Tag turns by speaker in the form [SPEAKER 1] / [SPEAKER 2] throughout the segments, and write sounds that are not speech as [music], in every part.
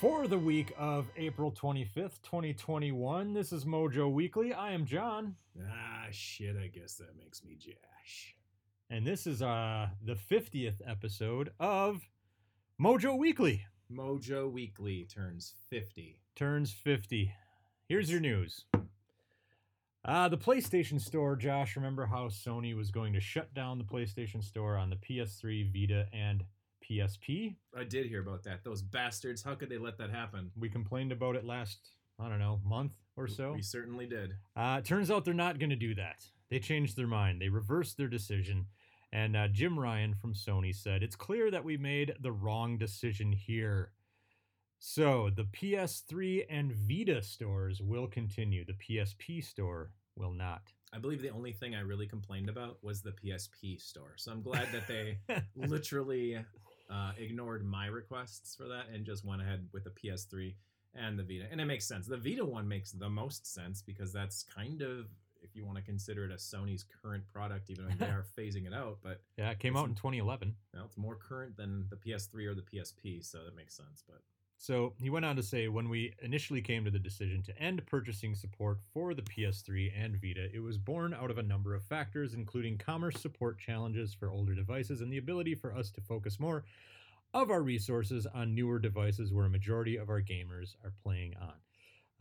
[SPEAKER 1] for the week of April 25th, 2021. This is Mojo Weekly. I am John,
[SPEAKER 2] Ah, shit, I guess that makes me Josh.
[SPEAKER 1] and this is uh the 50th episode of Mojo Weekly.
[SPEAKER 2] Mojo Weekly turns 50.
[SPEAKER 1] Turns 50. Here's your news. Uh, the PlayStation Store, Josh, remember how Sony was going to shut down the PlayStation Store on the PS3, Vita, and PSP?
[SPEAKER 2] I did hear about that. Those bastards, how could they let that happen?
[SPEAKER 1] We complained about it last, I don't know, month or so.
[SPEAKER 2] We certainly did.
[SPEAKER 1] Uh, it turns out they're not going to do that. They changed their mind. They reversed their decision. And uh, Jim Ryan from Sony said, It's clear that we made the wrong decision here. So the PS3 and Vita stores will continue, the PSP store will not.
[SPEAKER 2] I believe the only thing I really complained about was the PSP store. So I'm glad
[SPEAKER 1] [laughs]
[SPEAKER 2] that they literally uh, ignored my requests for that and just went ahead with the PS3 and the Vita. And it makes sense. The Vita one makes the most sense because that's kind of, if you want to consider it a Sony's current product, even if
[SPEAKER 1] [laughs]
[SPEAKER 2] they are phasing it out, but
[SPEAKER 1] Yeah, it came out in 2011.
[SPEAKER 2] Well, it's more current than the PS3 or the PSP, so that makes sense. But
[SPEAKER 1] So he went on to say, when we initially came to the decision to end purchasing support for the PS3 and Vita, it was born out of a number of factors, including commerce support challenges for older devices and the ability for us to focus more of our resources on newer devices where a majority of our gamers are playing on.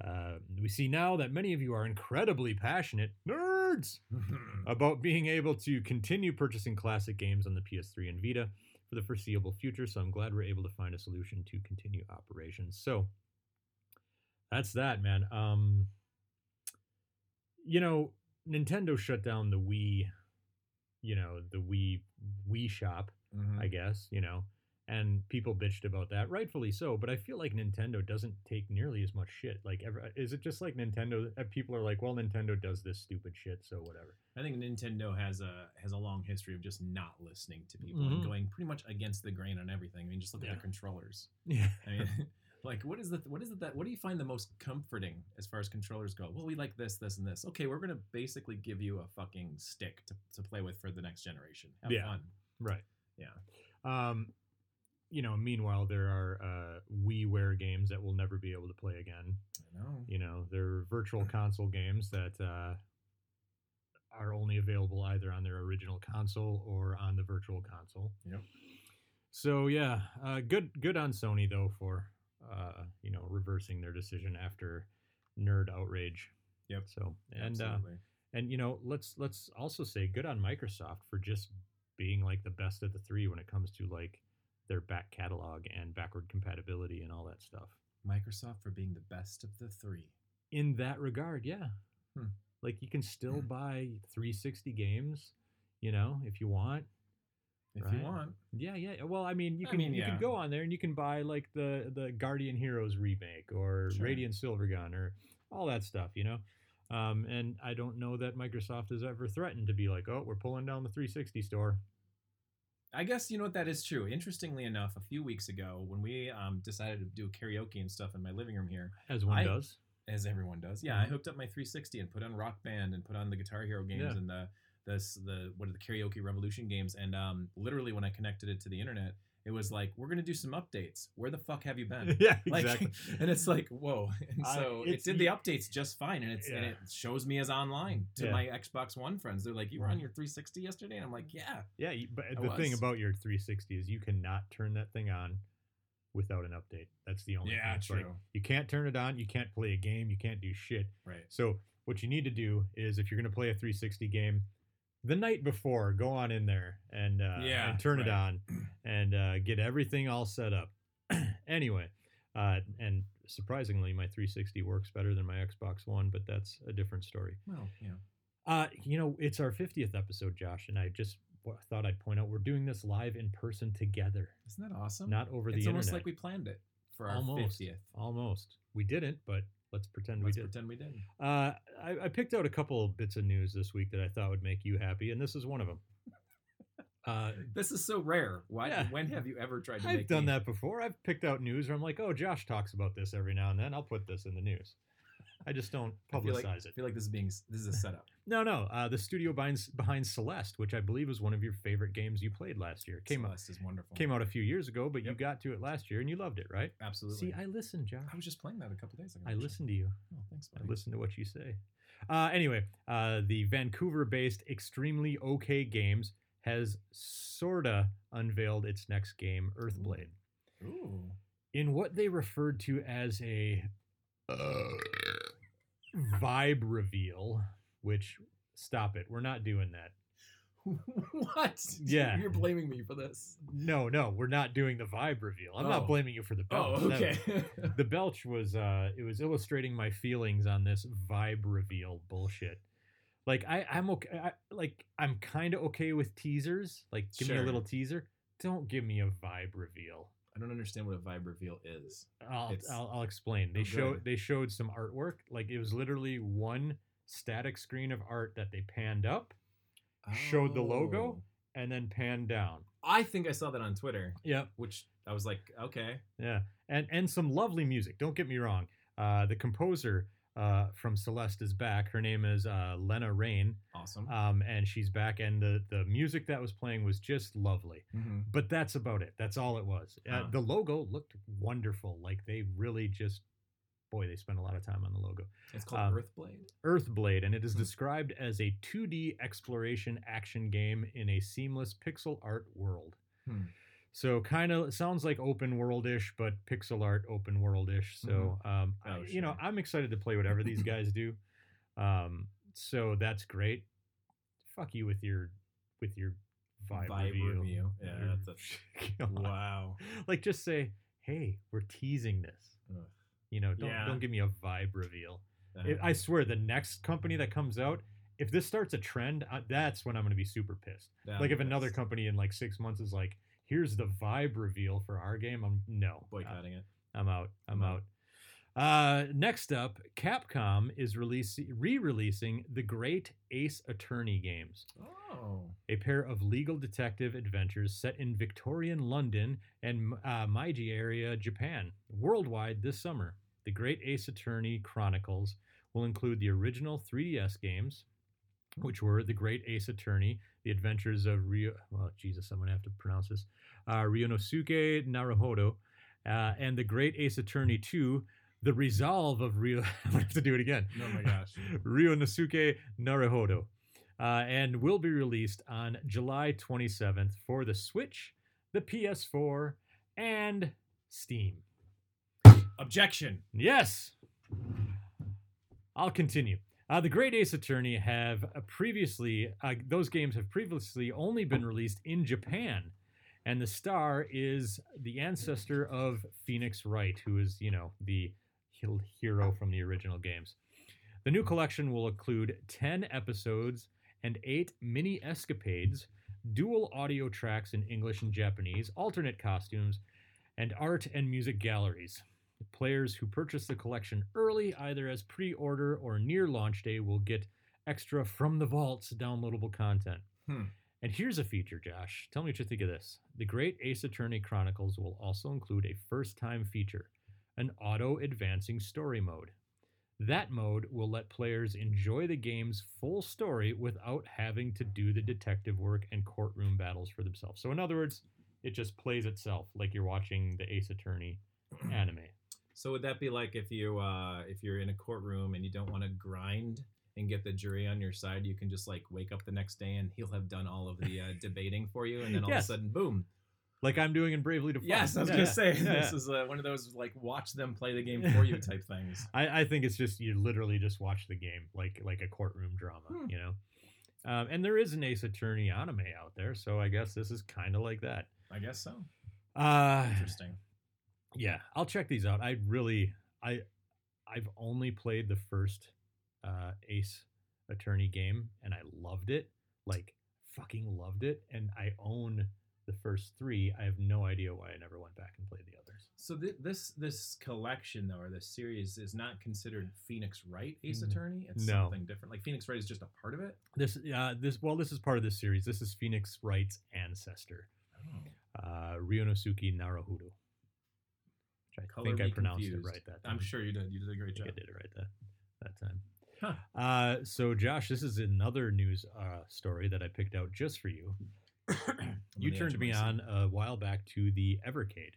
[SPEAKER 1] Uh, we see now that many of you are incredibly passionate nerds
[SPEAKER 2] [laughs]
[SPEAKER 1] about being able to continue purchasing classic games on the PS3 and Vita for the foreseeable future. So I'm glad we're able to find a solution to continue operations. So that's that, man. Um, you know, Nintendo shut down the Wii, you know, the Wii Wii shop, I guess, you know, and people bitched about that, rightfully so. But I feel like Nintendo doesn't take nearly as much shit. Like, ever, is it just like Nintendo? uh, People are like, well, Nintendo does this stupid shit, so whatever.
[SPEAKER 2] I think Nintendo has a has a long history of just not listening to people
[SPEAKER 1] Mhm.
[SPEAKER 2] and going pretty much against the grain on everything. I mean, just look at
[SPEAKER 1] Yeah.
[SPEAKER 2] the controllers.
[SPEAKER 1] Yeah.
[SPEAKER 2] I
[SPEAKER 1] [laughs]
[SPEAKER 2] mean, [laughs] like what is the what is it that what do you find the most comforting as far as controllers go? Well, we like this, this, and this. Okay, we're gonna basically give you a fucking stick to, to play with for the next generation. Have
[SPEAKER 1] Yeah.
[SPEAKER 2] fun.
[SPEAKER 1] Right.
[SPEAKER 2] Yeah.
[SPEAKER 1] Um, you know, meanwhile, there are uh, WiiWare games that we'll never be able to play again.
[SPEAKER 2] I know.
[SPEAKER 1] You know, there are virtual
[SPEAKER 2] Mm-hmm.
[SPEAKER 1] console games that uh, are only available either on their original console or on the virtual console.
[SPEAKER 2] Yep.
[SPEAKER 1] So yeah, uh, good good on Sony though for uh, you know reversing their decision after nerd outrage.
[SPEAKER 2] Yep.
[SPEAKER 1] So and uh,
[SPEAKER 2] Absolutely.
[SPEAKER 1] and you know let's let's also say good on microsoft for just being like the best of the three when it comes to like their back catalog and backward compatibility and all that stuff
[SPEAKER 2] Microsoft for being the best of the three.
[SPEAKER 1] in that regard yeah
[SPEAKER 2] Hmm.
[SPEAKER 1] like you can still
[SPEAKER 2] Yeah.
[SPEAKER 1] buy 360 games you know if you want
[SPEAKER 2] If
[SPEAKER 1] Right.
[SPEAKER 2] you want.
[SPEAKER 1] yeah yeah well i mean you
[SPEAKER 2] I
[SPEAKER 1] can
[SPEAKER 2] mean,
[SPEAKER 1] you can
[SPEAKER 2] yeah.
[SPEAKER 1] go on there and you can buy like the the guardian heroes remake or
[SPEAKER 2] Sure.
[SPEAKER 1] radiant silvergun or all that stuff you know um, and i don't know that microsoft has ever threatened to be like oh we're pulling down the 360 store
[SPEAKER 2] I guess you know what that is true. Interestingly enough, a few weeks ago when we um, decided to do karaoke and stuff in my living room here,
[SPEAKER 1] As one
[SPEAKER 2] I- [laughs]
[SPEAKER 1] does. [laughs]
[SPEAKER 2] as everyone does, yeah, I hooked up my 360 and put on Rock Band and put on the Guitar Hero games
[SPEAKER 1] Mm-hmm. Yeah.
[SPEAKER 2] and the this the what are the karaoke revolution games and um, literally when I connected it to the internet, it was like we're gonna do some updates. Where the fuck have you
[SPEAKER 1] [laughs]
[SPEAKER 2] been?
[SPEAKER 1] yeah,
[SPEAKER 2] Like, [laughs] and it's like whoa. [laughs] And
[SPEAKER 1] I-
[SPEAKER 2] so it
[SPEAKER 1] it's-
[SPEAKER 2] did the updates just fine, and it's and
[SPEAKER 1] Yeah.
[SPEAKER 2] it shows me as online to
[SPEAKER 1] Yeah.
[SPEAKER 2] my Xbox One friends. They're like, you were on your 360 yesterday, and I'm like, yeah.
[SPEAKER 1] yeah, you- but
[SPEAKER 2] I
[SPEAKER 1] the thing
[SPEAKER 2] was.
[SPEAKER 1] about your 360 is you cannot turn that thing on without an update. That's the only thing. It's like, you can't turn it on. You can't play a game. You can't do shit.
[SPEAKER 2] right.
[SPEAKER 1] So what you need to do is if you're going to play a 360 game, the night before, go on in there and uh,
[SPEAKER 2] Yeah,
[SPEAKER 1] and turn
[SPEAKER 2] right.
[SPEAKER 1] it on
[SPEAKER 2] [clears throat]
[SPEAKER 1] and uh, get everything all set up. [clears throat] anyway, uh, and surprisingly, my 360 works better than my Xbox One, but that's a different story.
[SPEAKER 2] Well, yeah.
[SPEAKER 1] Uh, you know, it's our 50th episode, Josh, and I just w- thought I'd point out we're doing this live in person together,
[SPEAKER 2] Isn't that awesome?
[SPEAKER 1] not over the
[SPEAKER 2] Oh, it's
[SPEAKER 1] internet.
[SPEAKER 2] almost like we planned it for our
[SPEAKER 1] Almost.
[SPEAKER 2] 50th.
[SPEAKER 1] Almost. We didn't, but let's pretend
[SPEAKER 2] Let's
[SPEAKER 1] we did.
[SPEAKER 2] pretend we did.
[SPEAKER 1] Uh, I, I picked out a couple of bits of news this week that I thought would make you happy, and this is one of them.
[SPEAKER 2] [laughs]
[SPEAKER 1] Uh,
[SPEAKER 2] This is so rare. Why?
[SPEAKER 1] Yeah.
[SPEAKER 2] When have you ever tried to
[SPEAKER 1] I've
[SPEAKER 2] make
[SPEAKER 1] done
[SPEAKER 2] me-
[SPEAKER 1] that before. I've picked out news where I'm like, oh, Josh talks about this every now and then. I'll put this in the news. I just don't
[SPEAKER 2] [laughs] I feel like-
[SPEAKER 1] publicize
[SPEAKER 2] I
[SPEAKER 1] it.
[SPEAKER 2] feel like this is being s- this is a setup.
[SPEAKER 1] No, no. Uh, the studio behind, behind Celeste, which I believe was one of your favorite games you played last year, [laughs] came out
[SPEAKER 2] Celeste is wonderful.
[SPEAKER 1] came out a few years ago, but you
[SPEAKER 2] Yep.
[SPEAKER 1] got to it last year and you loved it, right?
[SPEAKER 2] absolutely.
[SPEAKER 1] See, I listened, Josh.
[SPEAKER 2] I was just playing that a couple days ago.
[SPEAKER 1] I
[SPEAKER 2] actually.
[SPEAKER 1] listened to you.
[SPEAKER 2] Oh, thanks,
[SPEAKER 1] I
[SPEAKER 2] buddy.
[SPEAKER 1] listen to what you say. Uh, anyway, uh, the Vancouver-based Extremely OK Games has sorta unveiled its next game, Earthblade,
[SPEAKER 2] Ooh, [laughs]
[SPEAKER 1] in what they referred to as a uh, vibe reveal. Which, stop it, we're not doing that.
[SPEAKER 2] what? [laughs]
[SPEAKER 1] Yeah.
[SPEAKER 2] you're blaming me for this.
[SPEAKER 1] No, no, we're not doing the vibe reveal. I'm
[SPEAKER 2] Oh.
[SPEAKER 1] not blaming you for the
[SPEAKER 2] Oh,
[SPEAKER 1] belch. That-
[SPEAKER 2] okay.
[SPEAKER 1] the belch was uh it was illustrating my feelings on this vibe reveal bullshit like i i'm okay I, like i'm kind of okay with teasers like give me
[SPEAKER 2] Sure.
[SPEAKER 1] a little teaser don't give me a vibe reveal
[SPEAKER 2] [laughs] I don't understand what a vibe reveal is.
[SPEAKER 1] i'll
[SPEAKER 2] It's
[SPEAKER 1] I'll, I'll explain they
[SPEAKER 2] no
[SPEAKER 1] showed
[SPEAKER 2] good.
[SPEAKER 1] they showed some artwork like it was literally one static screen of art that they panned up Showed the logo?
[SPEAKER 2] Oh.
[SPEAKER 1] and then panned down
[SPEAKER 2] I think I saw that on Twitter,
[SPEAKER 1] yep
[SPEAKER 2] which I was like, okay,
[SPEAKER 1] Yeah, and and some lovely music. Don't get me wrong. Uh, the composer uh, from Celeste is back. Her name is uh, Lena Rain,
[SPEAKER 2] awesome.
[SPEAKER 1] um, and she's back. And the the music that was playing was just lovely.
[SPEAKER 2] Mhm.
[SPEAKER 1] But that's about it. That's all it was. Uh,
[SPEAKER 2] Huh.
[SPEAKER 1] the logo looked wonderful. Like they really just, boy, they spent a lot of time on the logo.
[SPEAKER 2] It's
[SPEAKER 1] um,
[SPEAKER 2] called Earthblade.
[SPEAKER 1] Earthblade, and it is
[SPEAKER 2] Hmm.
[SPEAKER 1] described as a 2D exploration action game in a seamless pixel art world.
[SPEAKER 2] Hmm.
[SPEAKER 1] So kind of sounds like open world-ish, but pixel art open world-ish. So um, I-
[SPEAKER 2] Oh,
[SPEAKER 1] you know,
[SPEAKER 2] sure.
[SPEAKER 1] I'm excited to play whatever
[SPEAKER 2] [laughs]
[SPEAKER 1] these guys do. Um, so that's great. Fuck you with your with your vibe, review. [laughs]
[SPEAKER 2] review. Yeah,
[SPEAKER 1] Your-
[SPEAKER 2] that's a, [laughs]
[SPEAKER 1] Come on.
[SPEAKER 2] wow.
[SPEAKER 1] Like just say, hey, we're teasing this.
[SPEAKER 2] Ugh.
[SPEAKER 1] You know, don't
[SPEAKER 2] Yeah.
[SPEAKER 1] don't give me a vibe reveal. It,
[SPEAKER 2] Uh,
[SPEAKER 1] I swear, the next company that comes out, if this starts a trend, uh, that's when I'm going to be super pissed.
[SPEAKER 2] yeah,
[SPEAKER 1] like if
[SPEAKER 2] that's
[SPEAKER 1] another company in like six months is like, "Here's the vibe reveal for our game," I'm no, uh,
[SPEAKER 2] boycotting it.
[SPEAKER 1] I'm out. I'm
[SPEAKER 2] No.
[SPEAKER 1] out. Uh, next up, Capcom is release re-releasing the Great Ace Attorney games,
[SPEAKER 2] Oh,
[SPEAKER 1] a pair of legal detective adventures set in Victorian London and uh, Meiji area, Japan, worldwide this summer. The Great Ace Attorney Chronicles will include the original 3DS games, which were The Great Ace Attorney, The Adventures of Ryo. Well, Jesus, I'm going to have to pronounce this. Uh, Ryonosuke Naruhodo, uh, and The Great Ace Attorney 2, The Resolve of Ryo. [laughs] I'm going to have to do it again.
[SPEAKER 2] no, oh
[SPEAKER 1] [laughs]
[SPEAKER 2] my gosh.
[SPEAKER 1] Ryonosuke Naruhodo, uh, and will be released on July 27th for the Switch, the PS4, and Steam.
[SPEAKER 2] Objection.
[SPEAKER 1] Yes. I'll continue. Uh, the Great Ace Attorney have uh, previously, uh, those games have previously only been released in Japan. And the star is the ancestor of Phoenix Wright, who is, you know, the he- hero from the original games. The new collection will include 10 episodes and eight mini escapades, dual audio tracks in English and Japanese, alternate costumes, and art and music galleries. Players who purchase the collection early, either as pre order or near launch day, will get extra from the vaults downloadable content.
[SPEAKER 2] Hmm.
[SPEAKER 1] And here's a feature, Josh. Tell me what you think of this. The Great Ace Attorney Chronicles will also include a first time feature, an auto advancing story mode. That mode will let players enjoy the game's full story without having to do the detective work and courtroom battles for themselves. So, in other words, it just plays itself like you're watching the Ace Attorney anime.
[SPEAKER 2] So would that be like if you uh, if you're in a courtroom and you don't want to grind and get the jury on your side, you can just like wake up the next day and he'll have done all of the uh, debating for you, and then all
[SPEAKER 1] Yes.
[SPEAKER 2] of a sudden, boom!
[SPEAKER 1] like I'm doing in Bravely Default.
[SPEAKER 2] Yes, I was gonna say [laughs]
[SPEAKER 1] yeah.
[SPEAKER 2] this is uh, one of those like watch them play the game for you type things.
[SPEAKER 1] I, I think it's just you literally just watch the game like like a courtroom drama,
[SPEAKER 2] Hmm.
[SPEAKER 1] you know. Um, and there is an Ace Attorney anime out there, so I guess this is kind of like that.
[SPEAKER 2] I guess so.
[SPEAKER 1] [sighs] Uh,
[SPEAKER 2] Interesting.
[SPEAKER 1] yeah, I'll check these out. I really I I've only played the first uh, Ace Attorney game, and I loved it, like fucking loved it, and I own the first three. I have no idea why I never went back and played the others.
[SPEAKER 2] So th- this this collection though, or this series, is not considered Phoenix Wright Ace
[SPEAKER 1] N-
[SPEAKER 2] Attorney. It's
[SPEAKER 1] Mm-hmm. no.
[SPEAKER 2] something different. Like Phoenix Wright is just a part of it.
[SPEAKER 1] This uh this well this is part of this series. This is Phoenix Wright's ancestor,
[SPEAKER 2] Oh.
[SPEAKER 1] uh Ryonosuke Naruhodo. Which I
[SPEAKER 2] Color
[SPEAKER 1] think I
[SPEAKER 2] me
[SPEAKER 1] pronounced
[SPEAKER 2] confused.
[SPEAKER 1] it right that time.
[SPEAKER 2] I'm sure you did. You did a great
[SPEAKER 1] I think
[SPEAKER 2] job.
[SPEAKER 1] I did it right that. that time.
[SPEAKER 2] Huh.
[SPEAKER 1] Uh, so, Josh, this is another news uh, story that I picked out just for [coughs] you. You
[SPEAKER 2] I'm on the edge
[SPEAKER 1] turned
[SPEAKER 2] of
[SPEAKER 1] me
[SPEAKER 2] my seat.
[SPEAKER 1] on a while back to the Evercade.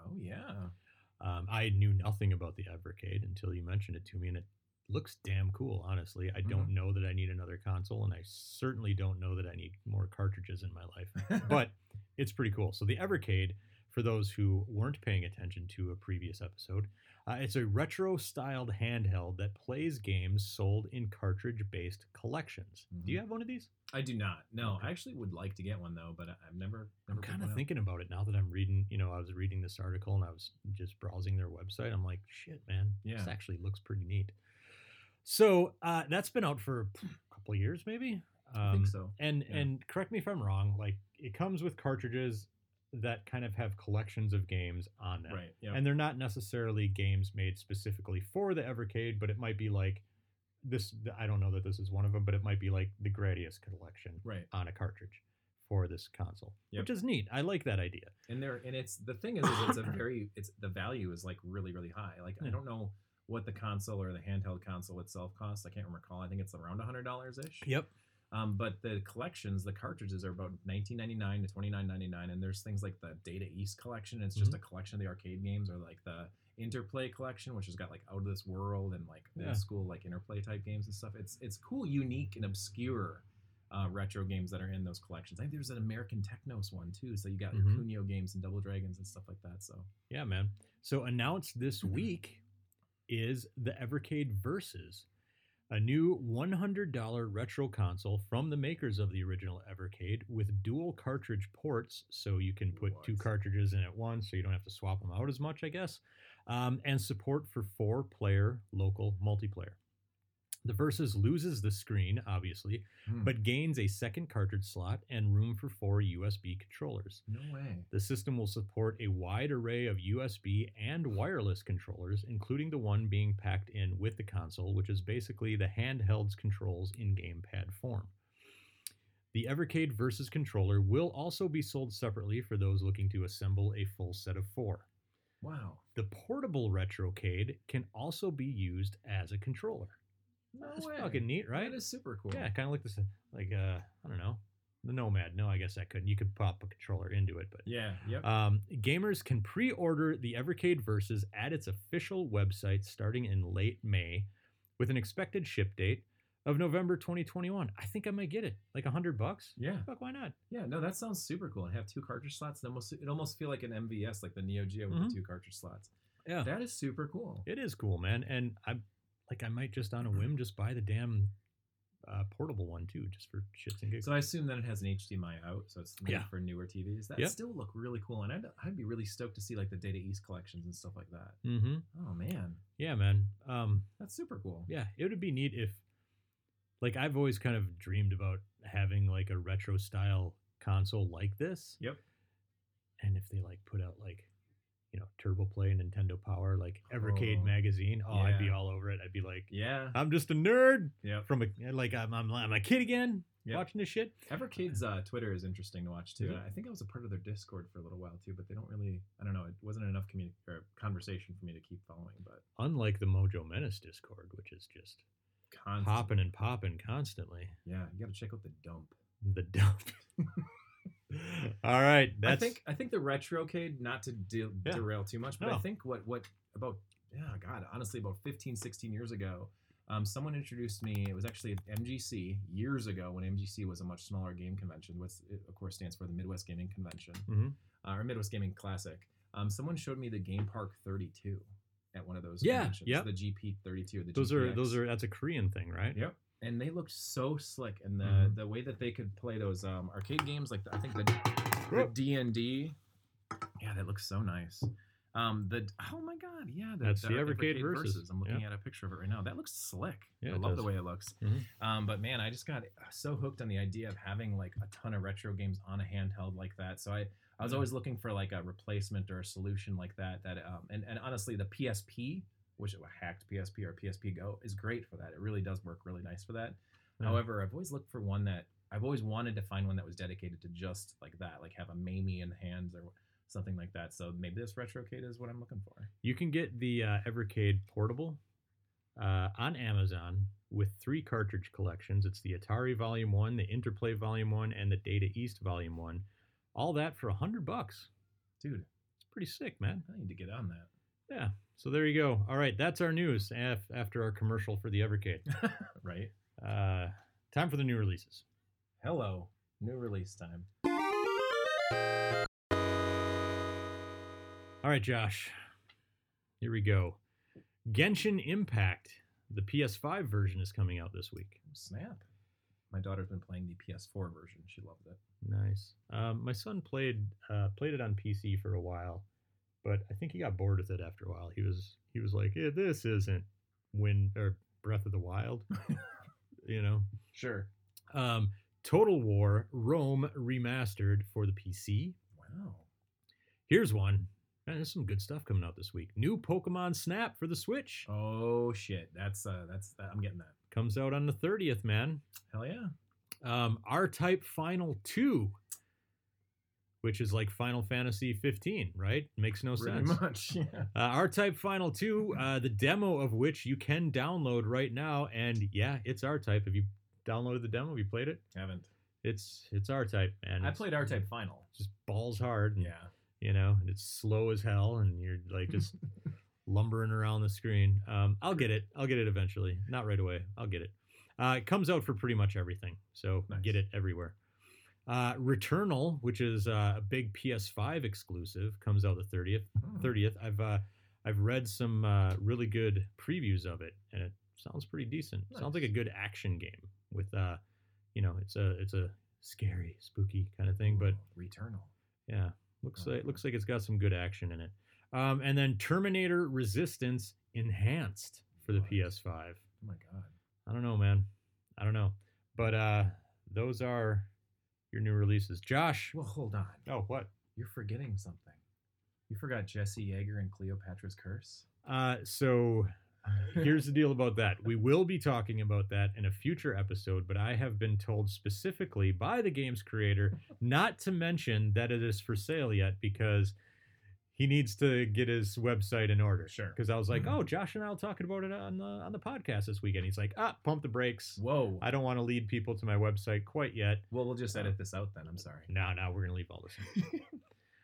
[SPEAKER 2] Oh yeah.
[SPEAKER 1] Um, I knew nothing about the Evercade until you mentioned it to me, and it looks damn cool. Honestly, I don't know that I need another console, and I certainly don't know that I need more cartridges in my life. but it's pretty cool. So the Evercade, for those who weren't paying attention to a previous episode, uh, it's a retro-styled handheld that plays games sold in cartridge-based collections. Do you
[SPEAKER 2] Mhm.
[SPEAKER 1] have one of these?
[SPEAKER 2] I do not. No,
[SPEAKER 1] Okay.
[SPEAKER 2] I actually would like to get one though, but I- I've never.
[SPEAKER 1] I'm
[SPEAKER 2] never picked
[SPEAKER 1] kind
[SPEAKER 2] one
[SPEAKER 1] of
[SPEAKER 2] up.
[SPEAKER 1] thinking about it now that I'm reading. You know, I was reading this article and I was just browsing their website. I'm like, shit, man, this
[SPEAKER 2] Yeah.
[SPEAKER 1] actually looks pretty neat. So uh, that's been out for a couple of years, maybe. Um,
[SPEAKER 2] Hmm. I think so.
[SPEAKER 1] And
[SPEAKER 2] Yeah.
[SPEAKER 1] and correct me if I'm wrong. Like it comes with cartridges that kind of have collections of games on them,
[SPEAKER 2] Right. Yeah.
[SPEAKER 1] and they're not necessarily games made specifically for the Evercade, but it might be like this. I don't know that this is one of them, but it might be like the Gradius collection
[SPEAKER 2] Right.
[SPEAKER 1] on a cartridge for this console,
[SPEAKER 2] Yep.
[SPEAKER 1] which is neat. I like that idea.
[SPEAKER 2] And there and it's the thing is, is
[SPEAKER 1] [coughs]
[SPEAKER 2] it's a very it's the value is like really really high. Like
[SPEAKER 1] Yeah.
[SPEAKER 2] I don't know what the console or the handheld console itself costs. I can't recall. I think it's around a hundred dollars ish.
[SPEAKER 1] Yep.
[SPEAKER 2] Um, but the collections, the cartridges are about nineteen ninety nine to twenty nine ninety nine, and there's things like the Data East collection. It's
[SPEAKER 1] Mm-hmm.
[SPEAKER 2] just a collection of the arcade games, or like the Interplay collection, which has got like Out of This World and like
[SPEAKER 1] Yeah.
[SPEAKER 2] old school like Interplay type games and stuff. It's it's cool, unique, and obscure uh, retro games that are in those collections. I think there's an American Technos one too, so you got your
[SPEAKER 1] Mhm.
[SPEAKER 2] Kunio games and Double Dragons and stuff like that. So
[SPEAKER 1] Yeah, man. So announced this week is the Evercade Versus, a new $100 retro console from the makers of the original Evercade with dual cartridge ports, so you can put two
[SPEAKER 2] What?
[SPEAKER 1] cartridges in at once, so you don't have to swap them out as much, I guess, um, and support for four-player local multiplayer. The Versus loses the screen, obviously,
[SPEAKER 2] Hmm.
[SPEAKER 1] but gains a second cartridge slot and room for four USB controllers.
[SPEAKER 2] no way.
[SPEAKER 1] The system will support a wide array of USB and wireless controllers, including the one being packed in with the console, which is basically the handheld's controls in gamepad form. The Evercade Versus controller will also be sold separately for those looking to assemble a full set of four.
[SPEAKER 2] Wow.
[SPEAKER 1] The portable Retrocade can also be used as a controller.
[SPEAKER 2] No
[SPEAKER 1] That's
[SPEAKER 2] way.
[SPEAKER 1] fucking neat, right?
[SPEAKER 2] That is super cool.
[SPEAKER 1] Yeah, kind of like this, like uh, I don't know, the Nomad. No, I guess that couldn't. You could pop a controller into it, but
[SPEAKER 2] Yeah. Yep.
[SPEAKER 1] um, gamers can pre-order the Evercade Versus at its official website starting in late May, with an expected ship date of November 2021. I think I might get it, like hundred bucks.
[SPEAKER 2] yeah.
[SPEAKER 1] Fuck, why not?
[SPEAKER 2] Yeah, no, that sounds super cool. And have two cartridge slots. It almost it almost feel like an MVS, like the Neo Geo with
[SPEAKER 1] Mhm.
[SPEAKER 2] the two cartridge slots.
[SPEAKER 1] Yeah,
[SPEAKER 2] That is super cool.
[SPEAKER 1] it is cool, man. And I'm like, I might just on a whim just buy the damn uh, portable one too, just for shits and giggles.
[SPEAKER 2] So I assume that it has an HDMI out, so it's made
[SPEAKER 1] Yeah.
[SPEAKER 2] for newer TVs. That
[SPEAKER 1] Yep.
[SPEAKER 2] still look really cool, and I'd, I'd be really stoked to see like the Data East collections and stuff like that.
[SPEAKER 1] mm-hmm.
[SPEAKER 2] Oh man,
[SPEAKER 1] Yeah, man. Um,
[SPEAKER 2] that's super cool.
[SPEAKER 1] Yeah, it would be neat if, like, I've always kind of dreamed about having like a retro style console like this.
[SPEAKER 2] Yep.
[SPEAKER 1] And if they like put out like, you know, Turbo Play, Nintendo Power, like Evercade
[SPEAKER 2] Oh,
[SPEAKER 1] magazine, oh, I'd be
[SPEAKER 2] yeah.
[SPEAKER 1] all over it. I'd be like,
[SPEAKER 2] Yeah.
[SPEAKER 1] I'm just a nerd
[SPEAKER 2] Yep.
[SPEAKER 1] from a like I'm I'm, I'm a kid again
[SPEAKER 2] Yep.
[SPEAKER 1] watching this shit.
[SPEAKER 2] Evercade's uh, Twitter is interesting to watch too.
[SPEAKER 1] Is it?
[SPEAKER 2] and I think I was a part of their Discord for a little while too, but they don't really. I don't know. It wasn't enough communi- or conversation for me to keep following, but
[SPEAKER 1] Unlike the Mojo Menace Discord, which is just
[SPEAKER 2] constant.
[SPEAKER 1] hopping and popping constantly.
[SPEAKER 2] Yeah, you got to check out the dump.
[SPEAKER 1] The dump. [laughs] all right, that's
[SPEAKER 2] I think I think the retrocade, not to de-
[SPEAKER 1] Yeah.
[SPEAKER 2] derail too much, but
[SPEAKER 1] No.
[SPEAKER 2] I think what what about yeah, God, honestly, about 15, 16 years ago, um, someone introduced me. It was actually at MGC years ago when MGC was a much smaller game convention. What's it, of course stands for the Midwest Gaming Convention
[SPEAKER 1] Mhm.
[SPEAKER 2] uh, or Midwest Gaming Classic. Um, someone showed me the Game Park 32 at one of those
[SPEAKER 1] Yeah,
[SPEAKER 2] conventions.
[SPEAKER 1] yep.
[SPEAKER 2] the GP 32. The
[SPEAKER 1] those are
[SPEAKER 2] GPX.
[SPEAKER 1] those are that's a Korean thing, right?
[SPEAKER 2] Yep. And they looked so slick, and the
[SPEAKER 1] Mhm.
[SPEAKER 2] the way that they could play those um, arcade games, like the, I think the the D and D. Yeah, that looks so nice. Um, the oh my god, yeah,
[SPEAKER 1] That's the Evercade Versus.
[SPEAKER 2] I'm looking at a picture of it right now. That looks slick.
[SPEAKER 1] Yeah,
[SPEAKER 2] I
[SPEAKER 1] it
[SPEAKER 2] love the
[SPEAKER 1] does.
[SPEAKER 2] way it looks.
[SPEAKER 1] Mhm.
[SPEAKER 2] Um, but man, I just got so hooked on the idea of having like a ton of retro games on a handheld like that. So I. I was
[SPEAKER 1] Yeah.
[SPEAKER 2] always looking for like a replacement or a solution like that. That um, and, and honestly, the PSP, which a hacked PSP or PSP Go, is great for that. It really does work really nice for that.
[SPEAKER 1] Yeah.
[SPEAKER 2] However, I've always looked for one that I've always wanted to find one that was dedicated to just like that, like have a Mamie in the hands or something like that. So maybe this retrocade is what I'm looking for.
[SPEAKER 1] You can get the uh, Evercade portable uh, on Amazon with three cartridge collections. It's the Atari Volume One, the Interplay Volume One, and the Data East Volume One. All that for a hundred bucks.
[SPEAKER 2] Dude,
[SPEAKER 1] It's pretty sick, man.
[SPEAKER 2] I need to get on that.
[SPEAKER 1] Yeah. So there you go. All right, that's our news af- after our commercial for the Evercade.
[SPEAKER 2] Right?
[SPEAKER 1] Uh, time for the new releases.
[SPEAKER 2] Hello. New release time.
[SPEAKER 1] All right, Josh. Here we go. Genshin Impact, the PS5 version, is coming out this week.
[SPEAKER 2] Snap. My daughter's been playing the PS4 version. She loved it.
[SPEAKER 1] Nice. Um, my son played uh, played it on PC for a while, but I think he got bored with it after a while. He was he was like, eh, "This isn't Wind or Breath of the
[SPEAKER 2] [laughs]
[SPEAKER 1] Wild," you know.
[SPEAKER 2] Sure.
[SPEAKER 1] Um, Total War Rome remastered for the PC.
[SPEAKER 2] Wow.
[SPEAKER 1] Here's one. Man, there's some good stuff coming out this week. New Pokemon Snap for the Switch
[SPEAKER 2] Oh shit. That's uh that's I'm getting that.
[SPEAKER 1] comes out on the 30th, man.
[SPEAKER 2] Hell yeah.
[SPEAKER 1] Um, R Type Final 2, which is like Final Fantasy 15, right? Makes no
[SPEAKER 2] Pretty
[SPEAKER 1] sense.
[SPEAKER 2] much. [laughs] Yeah.
[SPEAKER 1] Uh, R Type Final 2, uh, the demo of which you can download right now. And yeah, it's R Type. Have you downloaded the demo? Have you played it?
[SPEAKER 2] Haven't.
[SPEAKER 1] It's it's R Type, man.
[SPEAKER 2] I
[SPEAKER 1] It's mm.
[SPEAKER 2] played R Type Final.
[SPEAKER 1] Just balls hard. and,
[SPEAKER 2] Yeah.
[SPEAKER 1] You know, and it's slow as hell, and you're like
[SPEAKER 2] [laughs]
[SPEAKER 1] just lumbering around the screen. Um, I'll get it. I'll get it eventually. Not right away. I'll get it. Uh, it comes out for pretty much everything, so
[SPEAKER 2] Nice.
[SPEAKER 1] get it everywhere. Uh, Returnal, which is uh, a big PS5 exclusive, comes out the 30th.
[SPEAKER 2] Hmm.
[SPEAKER 1] 30th. I've uh, I've read some uh, really good previews of it, and it sounds pretty decent. Sounds like a
[SPEAKER 2] Nice.
[SPEAKER 1] good action game with uh, you know, it's a it's a scary, spooky kind of thing, but
[SPEAKER 2] Ooh, Returnal.
[SPEAKER 1] yeah, looks
[SPEAKER 2] Oh.
[SPEAKER 1] like looks like it's got some good action in it. Um, and then Terminator Resistance Enhanced for the
[SPEAKER 2] What?
[SPEAKER 1] PS5.
[SPEAKER 2] Oh my god.
[SPEAKER 1] I don't know, man. I don't know, but uh, those are your new releases. Josh.
[SPEAKER 2] Well, hold on.
[SPEAKER 1] Oh, what?
[SPEAKER 2] You're forgetting something. You forgot Jesse Yeager and Cleopatra's
[SPEAKER 1] [laughs]
[SPEAKER 2] Curse.
[SPEAKER 1] Uh, so here's the deal about that. We will be talking about that in a future episode, but I have been told specifically by the game's creator not to mention that it is for sale yet because he needs to get his website in order.
[SPEAKER 2] Sure.
[SPEAKER 1] Because I was like,
[SPEAKER 2] Mhm.
[SPEAKER 1] oh, Josh and I will talking about it on the on the podcast this weekend. He's like, ah, pump the brakes.
[SPEAKER 2] Whoa.
[SPEAKER 1] I Oh. don't want to lead people to my website quite yet.
[SPEAKER 2] well, we'll just edit this out then. I'm sorry.
[SPEAKER 1] No, no, we're gonna leave all this. in.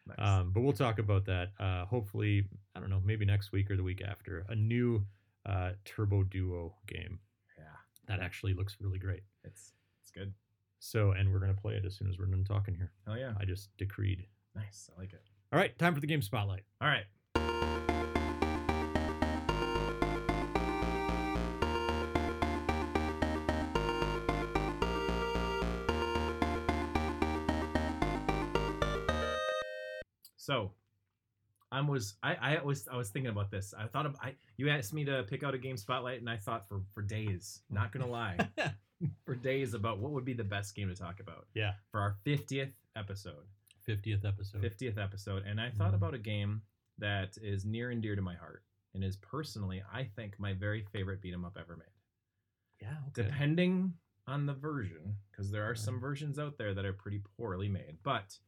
[SPEAKER 2] Nice.
[SPEAKER 1] Um, but we'll talk about that. Uh, hopefully, I don't know, maybe next week or the week after, a new uh, Turbo Duo game
[SPEAKER 2] yeah.
[SPEAKER 1] that actually looks really great.
[SPEAKER 2] It's it's good.
[SPEAKER 1] So, and we're gonna play it as soon as we're done talking here.
[SPEAKER 2] Hell yeah.
[SPEAKER 1] I just decreed.
[SPEAKER 2] Nice. I like it.
[SPEAKER 1] All right, time for the game spotlight.
[SPEAKER 2] All right. So, I was I, I was I was thinking about this. I thought of, I you asked me to pick out a game spotlight, and I thought for for days. Not gonna lie, for days about what would be the best game to talk about.
[SPEAKER 1] Yeah.
[SPEAKER 2] For our fiftieth episode.
[SPEAKER 1] Fiftieth episode.
[SPEAKER 2] 50th episode, and I thought
[SPEAKER 1] Mhm.
[SPEAKER 2] about a game that is near and dear to my heart and is personally, I think, my very favorite beat 'em up ever made.
[SPEAKER 1] Yeah. Okay.
[SPEAKER 2] Depending on the version, because there are some
[SPEAKER 1] Right.
[SPEAKER 2] versions out there that are pretty poorly made, but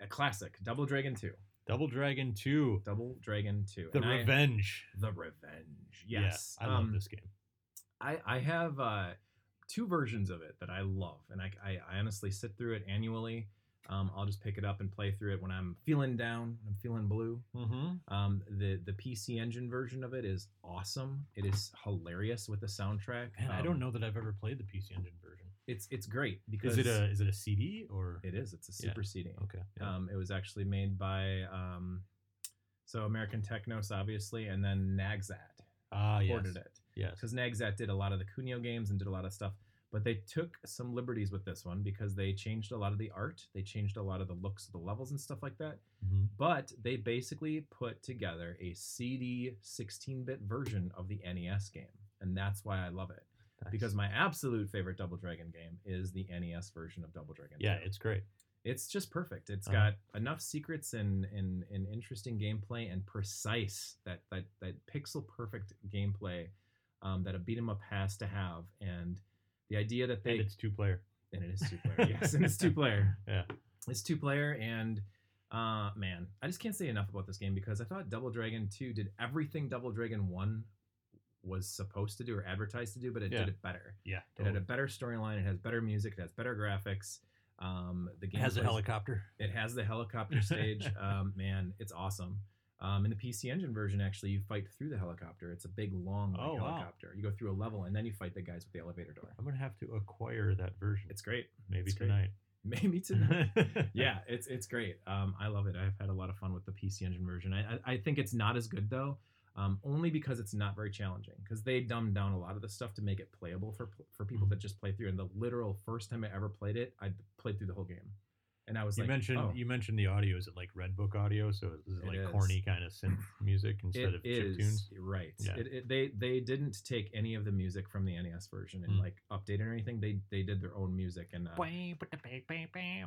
[SPEAKER 2] a classic, Double Dragon 2.
[SPEAKER 1] Double Dragon Two:
[SPEAKER 2] Double Dragon 2.
[SPEAKER 1] The
[SPEAKER 2] and I-
[SPEAKER 1] Revenge.
[SPEAKER 2] the Revenge. Yes.
[SPEAKER 1] Yeah, I love
[SPEAKER 2] Um,
[SPEAKER 1] this game.
[SPEAKER 2] I, I have uh, two versions of it that I love, and I, I, I honestly sit through it annually. Um, I'll just pick it up and play through it when I'm feeling down, when I'm feeling blue.
[SPEAKER 1] Mm-hmm.
[SPEAKER 2] Um, the the PC Engine version of it is awesome. It is hilarious with the soundtrack.
[SPEAKER 1] Man, I
[SPEAKER 2] Um,
[SPEAKER 1] don't know that I've ever played the PC Engine version.
[SPEAKER 2] It's it's great because
[SPEAKER 1] Is it a is it a CD or?
[SPEAKER 2] It is. It's a
[SPEAKER 1] Yeah.
[SPEAKER 2] super CD.
[SPEAKER 1] Okay. yeah.
[SPEAKER 2] Um, it was actually made by um, so American Technos, obviously, and then Nagsat
[SPEAKER 1] Ah, yes.
[SPEAKER 2] ported it
[SPEAKER 1] Yes.
[SPEAKER 2] because Nagsat did a lot of the Cuneo games and did a lot of stuff. But they took some liberties with this one because they changed a lot of the art, they changed a lot of the looks of the levels and stuff like that.
[SPEAKER 1] Mhm.
[SPEAKER 2] but they basically put together a CD 16-bit version of the NES game, and that's why I love it.
[SPEAKER 1] Nice.
[SPEAKER 2] Because my absolute favorite Double Dragon game is the NES version of Double Dragon.
[SPEAKER 1] yeah,
[SPEAKER 2] 2.
[SPEAKER 1] it's great.
[SPEAKER 2] it's just perfect. It's
[SPEAKER 1] Uh-huh.
[SPEAKER 2] got enough secrets and and, and interesting gameplay and precise that that that pixel perfect gameplay um, that a beat 'em up has to have, and the idea that they
[SPEAKER 1] and it's two player.
[SPEAKER 2] [laughs] and it is two
[SPEAKER 1] [laughs]
[SPEAKER 2] player, yes, and it's two player
[SPEAKER 1] Yeah.
[SPEAKER 2] it's two player and uh man i just can't say enough about this game because i thought double dragon 2 did everything double dragon 1 was supposed to do or advertised to do, but it
[SPEAKER 1] Yeah.
[SPEAKER 2] did it better.
[SPEAKER 1] Yeah,
[SPEAKER 2] It had
[SPEAKER 1] totally.
[SPEAKER 2] a better storyline. It has better music. It has better graphics. Um, the
[SPEAKER 1] it
[SPEAKER 2] game
[SPEAKER 1] has a
[SPEAKER 2] plays-
[SPEAKER 1] helicopter.
[SPEAKER 2] It has
[SPEAKER 1] [laughs]
[SPEAKER 2] the helicopter stage. um, man, it's awesome. Um, in the PC Engine version, actually, you fight through the helicopter. It's a big, long like,
[SPEAKER 1] Oh, wow.
[SPEAKER 2] helicopter. You go through a level, and then you fight the guys with the elevator door.
[SPEAKER 1] I'm gonna have to acquire that version.
[SPEAKER 2] It's great. [laughs]
[SPEAKER 1] maybe
[SPEAKER 2] it's great.
[SPEAKER 1] tonight.
[SPEAKER 2] Maybe to
[SPEAKER 1] [laughs]
[SPEAKER 2] [laughs] yeah, it's it's great. Um, I love it. I've had a lot of fun with the PC Engine version. I I, I think it's not as good though, um, only because it's not very challenging. Because they dumbed down a lot of the stuff to make it playable for for
[SPEAKER 1] Mm-hmm.
[SPEAKER 2] people that just play through. And the literal first time I ever played it, I played through the whole game, and I was
[SPEAKER 1] You
[SPEAKER 2] like,
[SPEAKER 1] mentioned
[SPEAKER 2] oh,
[SPEAKER 1] you mentioned the audio. Is it like Redbook audio? So this is
[SPEAKER 2] It
[SPEAKER 1] like
[SPEAKER 2] is.
[SPEAKER 1] corny kind of
[SPEAKER 2] [clears throat]
[SPEAKER 1] synth music instead of
[SPEAKER 2] it
[SPEAKER 1] chip
[SPEAKER 2] is
[SPEAKER 1] tunes.
[SPEAKER 2] right.
[SPEAKER 1] Yeah.
[SPEAKER 2] It, it, they they didn't take any of the music from the NES version and
[SPEAKER 1] Mm.
[SPEAKER 2] like update it or anything. They they did their own music and uh,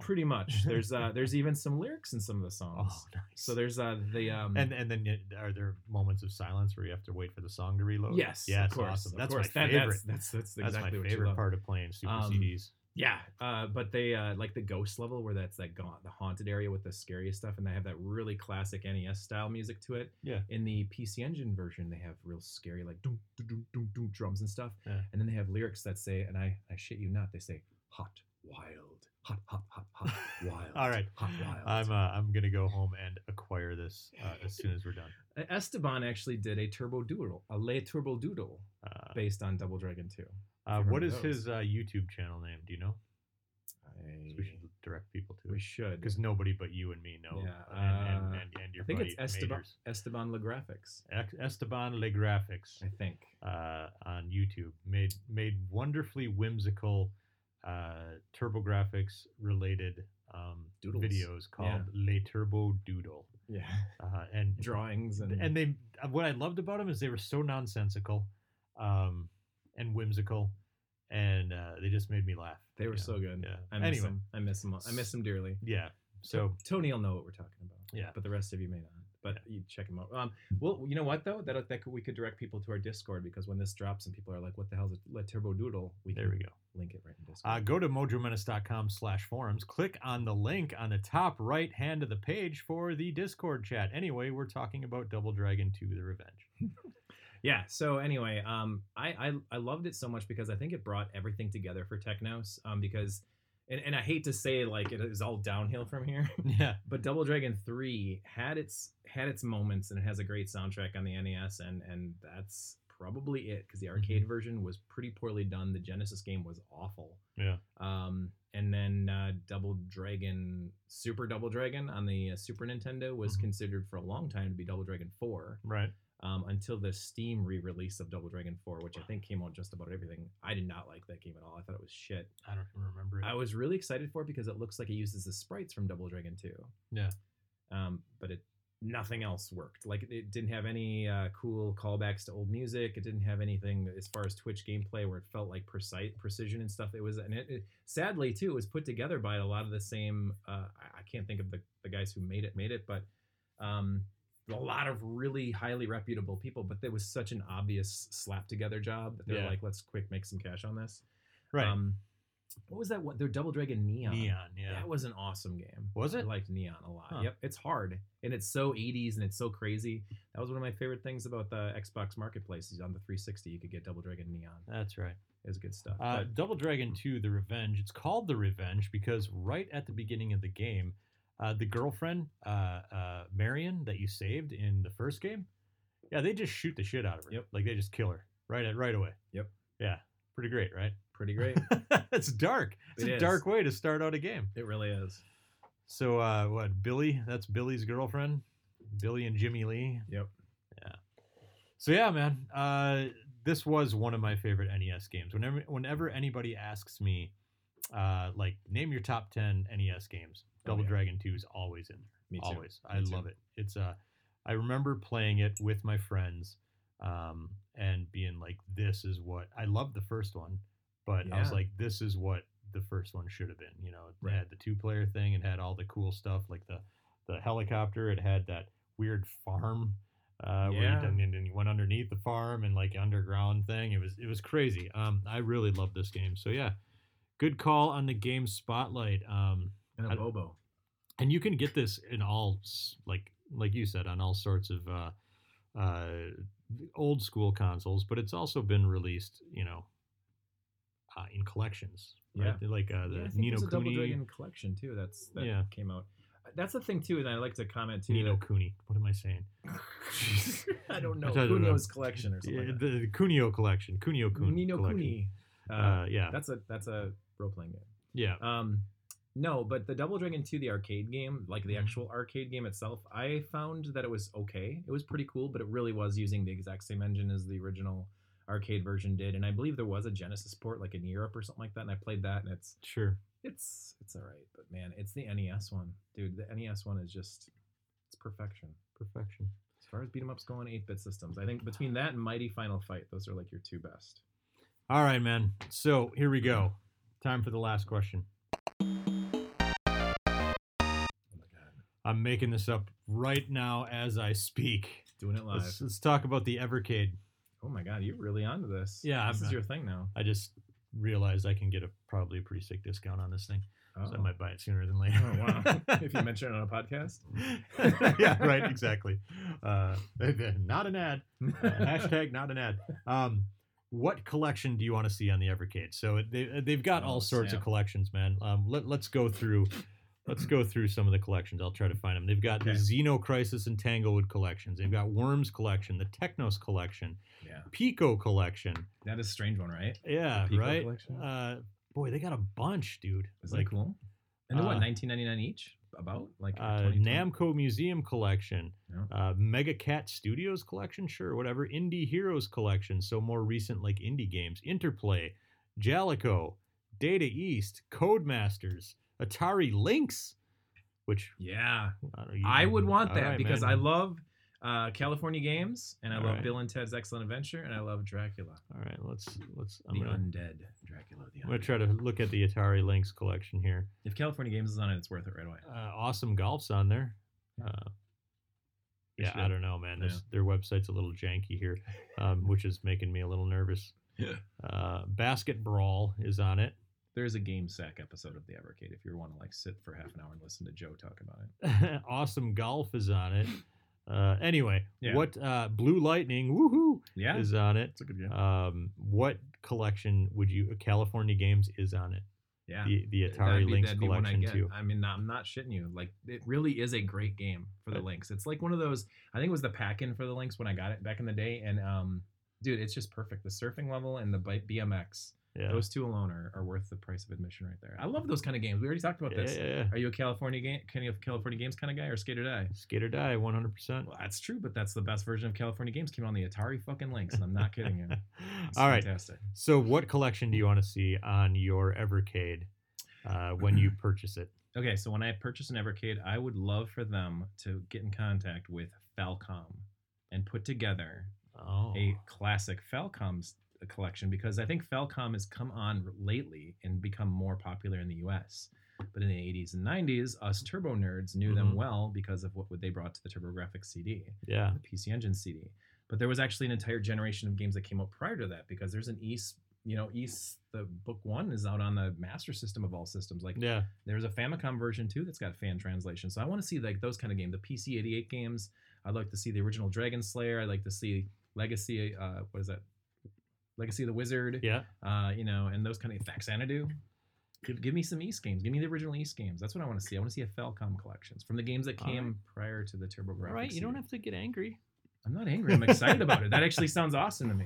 [SPEAKER 2] pretty much there's uh there's even some lyrics in some of
[SPEAKER 1] [laughs]
[SPEAKER 2] the
[SPEAKER 1] Oh,
[SPEAKER 2] songs.
[SPEAKER 1] nice.
[SPEAKER 2] So there's uh the um
[SPEAKER 1] and and then y- are there moments of silence where you have to wait for the song to reload?
[SPEAKER 2] Yes,
[SPEAKER 1] yeah,
[SPEAKER 2] of
[SPEAKER 1] it's
[SPEAKER 2] course,
[SPEAKER 1] awesome.
[SPEAKER 2] of
[SPEAKER 1] That's
[SPEAKER 2] course.
[SPEAKER 1] my
[SPEAKER 2] That-
[SPEAKER 1] favorite.
[SPEAKER 2] That's that's, that's
[SPEAKER 1] That's
[SPEAKER 2] exactly
[SPEAKER 1] my
[SPEAKER 2] what you
[SPEAKER 1] favorite
[SPEAKER 2] love.
[SPEAKER 1] part of playing Super
[SPEAKER 2] Um,
[SPEAKER 1] CDs.
[SPEAKER 2] Yeah, uh, but they uh, like the ghost level where that's that gaunt, the haunted area with the scariest stuff, and they have that really classic NES style music to it.
[SPEAKER 1] Yeah.
[SPEAKER 2] In the PC Engine version, they have real scary like doom doom doom doom, doom drums and stuff,
[SPEAKER 1] Yeah.
[SPEAKER 2] and then they have lyrics that say, and I I shit you not, they say hot wild hot hot hot
[SPEAKER 1] [laughs]
[SPEAKER 2] hot wild.
[SPEAKER 1] All right,
[SPEAKER 2] hot wild.
[SPEAKER 1] I'm uh, I'm gonna go home and acquire this uh, as soon as we're done.
[SPEAKER 2] E, Esteban actually did a turbo doodle, a lay turbo doodle
[SPEAKER 1] Uh,
[SPEAKER 2] based on Double Dragon Two.
[SPEAKER 1] uh,
[SPEAKER 2] remember
[SPEAKER 1] what is
[SPEAKER 2] those.
[SPEAKER 1] his uh, YouTube channel name? Do you know?
[SPEAKER 2] I,
[SPEAKER 1] So we should direct people to
[SPEAKER 2] Mm. we
[SPEAKER 1] it
[SPEAKER 2] should.
[SPEAKER 1] because nobody but you and me know.
[SPEAKER 2] Yeah,
[SPEAKER 1] and, and,
[SPEAKER 2] uh,
[SPEAKER 1] and, and your
[SPEAKER 2] I think
[SPEAKER 1] buddy
[SPEAKER 2] it's Esteban
[SPEAKER 1] Majors.
[SPEAKER 2] Esteban Le Graphics.
[SPEAKER 1] Ex- Esteban Le Graphics
[SPEAKER 2] I think.
[SPEAKER 1] uh, on YouTube made made wonderfully whimsical uh, TurboGrafx related um,
[SPEAKER 2] Doodles.
[SPEAKER 1] videos called
[SPEAKER 2] Yeah.
[SPEAKER 1] Le Turbo Doodle,
[SPEAKER 2] Yeah.
[SPEAKER 1] uh, and
[SPEAKER 2] Drawings and,
[SPEAKER 1] and they what I loved about them is they were so nonsensical, um, and whimsical, and uh, they just made me laugh.
[SPEAKER 2] they were
[SPEAKER 1] you know?
[SPEAKER 2] so good.
[SPEAKER 1] yeah.
[SPEAKER 2] I miss
[SPEAKER 1] Anyway.
[SPEAKER 2] them. I miss them. I miss them dearly.
[SPEAKER 1] yeah. So
[SPEAKER 2] Tony will know what we're talking about.
[SPEAKER 1] Yeah.
[SPEAKER 2] But the rest of you may not. But you check them out. Um, well, you know what though? That uh, that could, we could direct people to our Discord because when this drops and people are like, "What the hell's a Le Turbo Doodle?" We
[SPEAKER 1] there
[SPEAKER 2] can
[SPEAKER 1] we go.
[SPEAKER 2] link it right in Discord.
[SPEAKER 1] Uh, go to mojomenace.com slash forums. Click on the link on the top right hand of the page for the Discord chat. Anyway, we're talking about Double Dragon 2 The Revenge. [laughs]
[SPEAKER 2] yeah so anyway um I, I i loved it so much because i think it brought everything together for technos um because and, and i hate to say like it is all downhill from here
[SPEAKER 1] yeah.
[SPEAKER 2] but double dragon 3 had its had its moments and it has a great soundtrack on the nes and and that's probably it because the arcade version was pretty poorly done the genesis game was awful
[SPEAKER 1] Yeah.
[SPEAKER 2] um and then uh, double dragon super double dragon on the uh, super nintendo was
[SPEAKER 1] Mhm.
[SPEAKER 2] considered for a long time to be double dragon 4
[SPEAKER 1] Right.
[SPEAKER 2] um, until the Steam re-release of Double Dragon 4, which I think came on just about everything. I did not like that game at all. I thought it was shit.
[SPEAKER 1] I don't even remember it.
[SPEAKER 2] I was really excited for it because it looks like it uses the sprites from Double Dragon 2.
[SPEAKER 1] Yeah.
[SPEAKER 2] Um, but it nothing else worked. Like it didn't have any uh, cool callbacks to old music. It didn't have anything as far as Twitch gameplay where it felt like precise precision and stuff. It was and it, it sadly too it was put together by a lot of the same. Uh, I, I can't think of the, the guys who made it made it, but um, a lot of really highly reputable people. But there was such an obvious slap together job that they're
[SPEAKER 1] Yeah.
[SPEAKER 2] like, let's quick make some cash on this.
[SPEAKER 1] right.
[SPEAKER 2] Um, what was that? What their Double Dragon Neon?
[SPEAKER 1] Neon. Yeah.
[SPEAKER 2] That was an awesome game.
[SPEAKER 1] Was
[SPEAKER 2] I
[SPEAKER 1] it?
[SPEAKER 2] liked Neon a lot.
[SPEAKER 1] Huh.
[SPEAKER 2] Yep, it's hard and it's so 80s and it's so crazy. That was one of my favorite things about the Xbox Marketplace. Is on the 360, you could get Double Dragon Neon.
[SPEAKER 1] That's right.
[SPEAKER 2] It was good stuff.
[SPEAKER 1] Uh,
[SPEAKER 2] But-
[SPEAKER 1] Double Dragon 2 The Revenge. It's called The Revenge because right at the beginning of the game, uh, the girlfriend, uh, uh, Marion, that you saved in the first game, yeah, they just shoot the shit out of her.
[SPEAKER 2] Yep.
[SPEAKER 1] Like they just kill her right at right away.
[SPEAKER 2] Yep.
[SPEAKER 1] Yeah. Pretty great, right? [laughs]
[SPEAKER 2] pretty great.
[SPEAKER 1] it's dark. It's
[SPEAKER 2] It
[SPEAKER 1] a
[SPEAKER 2] is.
[SPEAKER 1] dark way to start out a game.
[SPEAKER 2] it really is.
[SPEAKER 1] So uh, what? Billy? That's Billy's girlfriend. Billy and Jimmy Lee.
[SPEAKER 2] Yep.
[SPEAKER 1] So yeah, man. Uh, this was one of my favorite NES games. Whenever whenever anybody asks me, uh, like name your top ten NES games,
[SPEAKER 2] Oh,
[SPEAKER 1] Double
[SPEAKER 2] yeah.
[SPEAKER 1] Dragon Two is always in there
[SPEAKER 2] Me too.
[SPEAKER 1] always
[SPEAKER 2] Me
[SPEAKER 1] i
[SPEAKER 2] too.
[SPEAKER 1] love it it's uh i remember playing it with my friends um and being like this is what i love the first one but i was
[SPEAKER 2] Yeah.
[SPEAKER 1] like this is what the first one should have been you know it
[SPEAKER 2] Right.
[SPEAKER 1] had the two player thing and had all the cool stuff like the the helicopter it had that weird farm uh, where you,
[SPEAKER 2] Yeah.
[SPEAKER 1] done, and then you went underneath the farm and like underground thing. It was it was crazy. Um, I really love this game. So yeah, good call on the game spotlight. Um,
[SPEAKER 2] And a
[SPEAKER 1] I-
[SPEAKER 2] Bobo.
[SPEAKER 1] and you can get this in all s- like like you said on all sorts of uh uh, old school consoles, but it's also been released, you know, uh, in collections. Right? Like uh, the
[SPEAKER 2] yeah, I think
[SPEAKER 1] Nino
[SPEAKER 2] there's a Double
[SPEAKER 1] Cooney.
[SPEAKER 2] Dragon collection too. That's that
[SPEAKER 1] Yeah.
[SPEAKER 2] came out. That's the thing too, and I like to comment too.
[SPEAKER 1] Nino [laughs] Cooney. What am I saying?
[SPEAKER 2] that- [laughs] I don't know
[SPEAKER 1] I don't know.
[SPEAKER 2] Kunio's collection or something.
[SPEAKER 1] Yeah,
[SPEAKER 2] like that.
[SPEAKER 1] the, the Cuneo collection. Cuneo Kun-
[SPEAKER 2] Nino
[SPEAKER 1] collection.
[SPEAKER 2] Kuni. Uh,
[SPEAKER 1] Uh, yeah.
[SPEAKER 2] that's a that's a role playing game.
[SPEAKER 1] Yeah.
[SPEAKER 2] Um, no, but the Double Dragon 2, the arcade game, like the
[SPEAKER 1] Mhm.
[SPEAKER 2] actual arcade game itself, I found that it was okay. It was pretty cool, but it really was using the exact same engine as the original arcade version did. And I believe there was a Genesis port, like in Europe or something like that. And I played that, and it's
[SPEAKER 1] Sure.
[SPEAKER 2] it's it's all right. But man, it's the NES one, dude. The NES one is just it's perfection.
[SPEAKER 1] Perfection.
[SPEAKER 2] As far as beat 'em ups go on 8-bit systems, I think between that and Mighty Final Fight, those are like your two best.
[SPEAKER 1] All right, man. So here we go. Time for the last question.
[SPEAKER 2] Oh my god,
[SPEAKER 1] I'm making this up right now as I speak.
[SPEAKER 2] doing it live.
[SPEAKER 1] Let's, let's talk about the Evercade.
[SPEAKER 2] Oh my god, you're really onto this.
[SPEAKER 1] Yeah,
[SPEAKER 2] this
[SPEAKER 1] I'm-
[SPEAKER 2] is your thing now.
[SPEAKER 1] I just realized I can get a probably a pretty sick discount on this thing, so I
[SPEAKER 2] Oh.
[SPEAKER 1] might buy it sooner than later.
[SPEAKER 2] Oh wow!
[SPEAKER 1] [laughs]
[SPEAKER 2] if you mention it on a podcast,
[SPEAKER 1] yeah, right. Exactly. Uh, [laughs] not an ad. Uh, hashtag not an ad. Um, what collection do you want to see on the Evercade? So it- they they've got all
[SPEAKER 2] Oh,
[SPEAKER 1] sorts
[SPEAKER 2] snap.
[SPEAKER 1] of collections, man. Um, let, let's go through. Let's go through some of the collections. I'll try to find them. They've got the
[SPEAKER 2] Okay.
[SPEAKER 1] Xeno Crisis and Tanglewood collections. They've got Worms collection, the Technos collection,
[SPEAKER 2] yeah,
[SPEAKER 1] Pico collection.
[SPEAKER 2] that is a strange one, right?
[SPEAKER 1] Yeah,
[SPEAKER 2] Pico
[SPEAKER 1] right.
[SPEAKER 2] collection?
[SPEAKER 1] Uh, boy, they got a bunch, dude.
[SPEAKER 2] Is
[SPEAKER 1] like
[SPEAKER 2] that cool? And they're
[SPEAKER 1] uh,
[SPEAKER 2] what 19.99 each? About like
[SPEAKER 1] uh,
[SPEAKER 2] 20,
[SPEAKER 1] Namco Museum Collection,
[SPEAKER 2] Yeah.
[SPEAKER 1] uh, Mega Cat Studios Collection, sure, whatever. Indie Heroes Collection, so more recent like indie games. Interplay, Jalico, Data East, Codemasters, Atari Lynx, which
[SPEAKER 2] Yeah,
[SPEAKER 1] I, don't know, you-
[SPEAKER 2] I would want
[SPEAKER 1] Mm-hmm. all
[SPEAKER 2] that
[SPEAKER 1] right,
[SPEAKER 2] because
[SPEAKER 1] man.
[SPEAKER 2] I love uh, California games, and I
[SPEAKER 1] All
[SPEAKER 2] love
[SPEAKER 1] right.
[SPEAKER 2] Bill and Ted's Excellent Adventure, and I love Dracula,
[SPEAKER 1] All right, let's let's. I'm
[SPEAKER 2] the
[SPEAKER 1] gonna,
[SPEAKER 2] undead Dracula. The
[SPEAKER 1] I'm gonna
[SPEAKER 2] undead.
[SPEAKER 1] try to look at the Atari Lynx collection here.
[SPEAKER 2] If California Games is on it, it's worth it right away.
[SPEAKER 1] Uh, awesome golf's on there.
[SPEAKER 2] Yeah.
[SPEAKER 1] Uh,
[SPEAKER 2] We
[SPEAKER 1] yeah, I
[SPEAKER 2] should.
[SPEAKER 1] don't know, man. This,
[SPEAKER 2] Yeah.
[SPEAKER 1] Their website's a little janky here,
[SPEAKER 2] [laughs]
[SPEAKER 1] um, which is making me a little nervous.
[SPEAKER 2] Yeah.
[SPEAKER 1] Uh, Basket Brawl is on it. [laughs]
[SPEAKER 2] There is a game sack episode of the Evercade if you want to like sit for half an hour and listen to Joe talk about it.
[SPEAKER 1] awesome Golf is on it. Uh, anyway,
[SPEAKER 2] Yeah.
[SPEAKER 1] what uh, Blue Lightning woohoo
[SPEAKER 2] Yeah,
[SPEAKER 1] is on it.
[SPEAKER 2] it's a good game.
[SPEAKER 1] Um, what collection would you? California Games is on it.
[SPEAKER 2] yeah,
[SPEAKER 1] The the
[SPEAKER 2] That'd
[SPEAKER 1] Atari
[SPEAKER 2] be-
[SPEAKER 1] Lynx
[SPEAKER 2] that'd be one I
[SPEAKER 1] collection
[SPEAKER 2] get.
[SPEAKER 1] too.
[SPEAKER 2] I mean, I'm not shitting you. Like, it really is a great game for the
[SPEAKER 1] Right.
[SPEAKER 2] Lynx. It's like one of those. I think it was the pack-in for the Lynx when I got it back in the day. And um, dude, it's just perfect. The surfing level and the bike BMX.
[SPEAKER 1] Yeah.
[SPEAKER 2] Those two alone are, are worth the price of admission right there. I love those kind of games. We already talked about
[SPEAKER 1] yeah,
[SPEAKER 2] this.
[SPEAKER 1] yeah, yeah.
[SPEAKER 2] Are you a California game, kind of California games kind of guy, or skater die?
[SPEAKER 1] Skate or die, one hundred percent.
[SPEAKER 2] Well, that's true, but that's the best version of California games came out on the Atari fucking Lynx, and I'm not
[SPEAKER 1] [laughs]
[SPEAKER 2] kidding you. It's
[SPEAKER 1] All right.
[SPEAKER 2] fantastic.
[SPEAKER 1] So, what collection do you want to see on your Evercade uh, when
[SPEAKER 2] [clears throat]
[SPEAKER 1] you purchase it?
[SPEAKER 2] Okay, so when I purchase an Evercade, I would love for them to get in contact with Falcom and put together
[SPEAKER 1] Oh,
[SPEAKER 2] a classic Falcom's uh, collection because I think Falcom has come on lately and become more popular in the US. But in the 80s and 90s, us turbo nerds knew
[SPEAKER 1] Mhm.
[SPEAKER 2] them well because of what they brought to the TurboGrafx CD,
[SPEAKER 1] yeah,
[SPEAKER 2] the PC Engine CD. But there was actually an entire generation of games that came out prior to that because there's an East, you know, East, the book one is out on the master system of all systems. Like
[SPEAKER 1] yeah,
[SPEAKER 2] there's a Famicom version too that's got fan translation. So I want to see like those kind of games, the PC 88 games. I'd like to see the original Dragon Slayer. I'd like to see Legacy. Uh, what is that? Legacy of the Wizard.
[SPEAKER 1] yeah.
[SPEAKER 2] Uh, you know, and those kind of Faxanadu. Give, give me some East games. Give me the original East games. That's what I want to see. I want to see a Falcom collections from the games that
[SPEAKER 1] All right.
[SPEAKER 2] came prior to the TurboGrafx.
[SPEAKER 1] All right, you don't
[SPEAKER 2] series.
[SPEAKER 1] have to get angry.
[SPEAKER 2] I'm not angry. I'm excited about it. That actually sounds
[SPEAKER 1] [laughs]
[SPEAKER 2] awesome to me.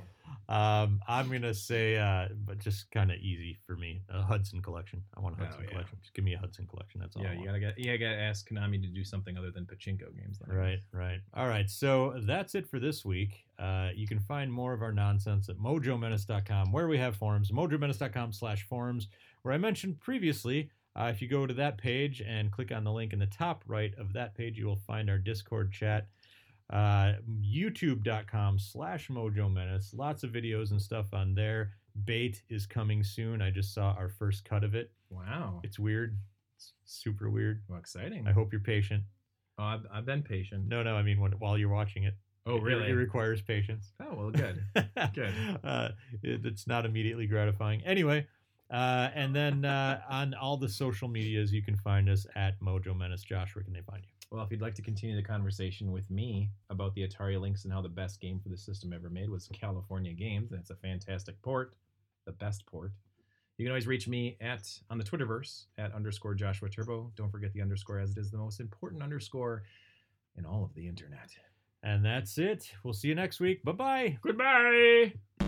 [SPEAKER 1] Um, I'm gonna say, uh, but just kind of easy for me. A Hudson collection. I want a
[SPEAKER 2] Oh,
[SPEAKER 1] Hudson
[SPEAKER 2] yeah.
[SPEAKER 1] collection. Just give me a Hudson collection. That's all.
[SPEAKER 2] yeah,
[SPEAKER 1] I
[SPEAKER 2] you
[SPEAKER 1] want.
[SPEAKER 2] gotta get. Yeah, you gotta ask Konami to do something other than pachinko games. then.
[SPEAKER 1] Right, right. All right. So that's it for this week. Uh, you can find more of our nonsense at mojomenace.com, where we have forums, mojomenace.com slash forums, where I mentioned previously. Uh, if you go to that page and click on the link in the top right of that page, you will find our Discord chat. Uh, YouTube.com slash Mojo Menace. Lots of videos and stuff on there. Bait is coming soon. I just saw our first cut of it.
[SPEAKER 2] Wow.
[SPEAKER 1] It's weird. It's super weird.
[SPEAKER 2] Well, exciting.
[SPEAKER 1] I hope you're patient.
[SPEAKER 2] Oh, I've, I've been patient.
[SPEAKER 1] No, no, I mean when, while you're watching it.
[SPEAKER 2] Oh,
[SPEAKER 1] It-
[SPEAKER 2] really?
[SPEAKER 1] It, requires patience.
[SPEAKER 2] [laughs]
[SPEAKER 1] [laughs]
[SPEAKER 2] oh, well, good. Good.
[SPEAKER 1] Uh, it- it's not immediately gratifying. Anyway, uh, and then uh, on all the social medias, you can find us at Mojo Menace. Josh, where can they find you?
[SPEAKER 2] Well, if you'd like to continue the conversation with me about the Atari Lynx and how the best game for the system ever made was California Games, and it's a fantastic port, the best port. You can always reach me at on the Twitterverse at underscore Joshua Turbo. Don't forget the underscore as it is the most important underscore in all of the internet.
[SPEAKER 1] And that's it. We'll see you next week. Bye bye.
[SPEAKER 2] Goodbye.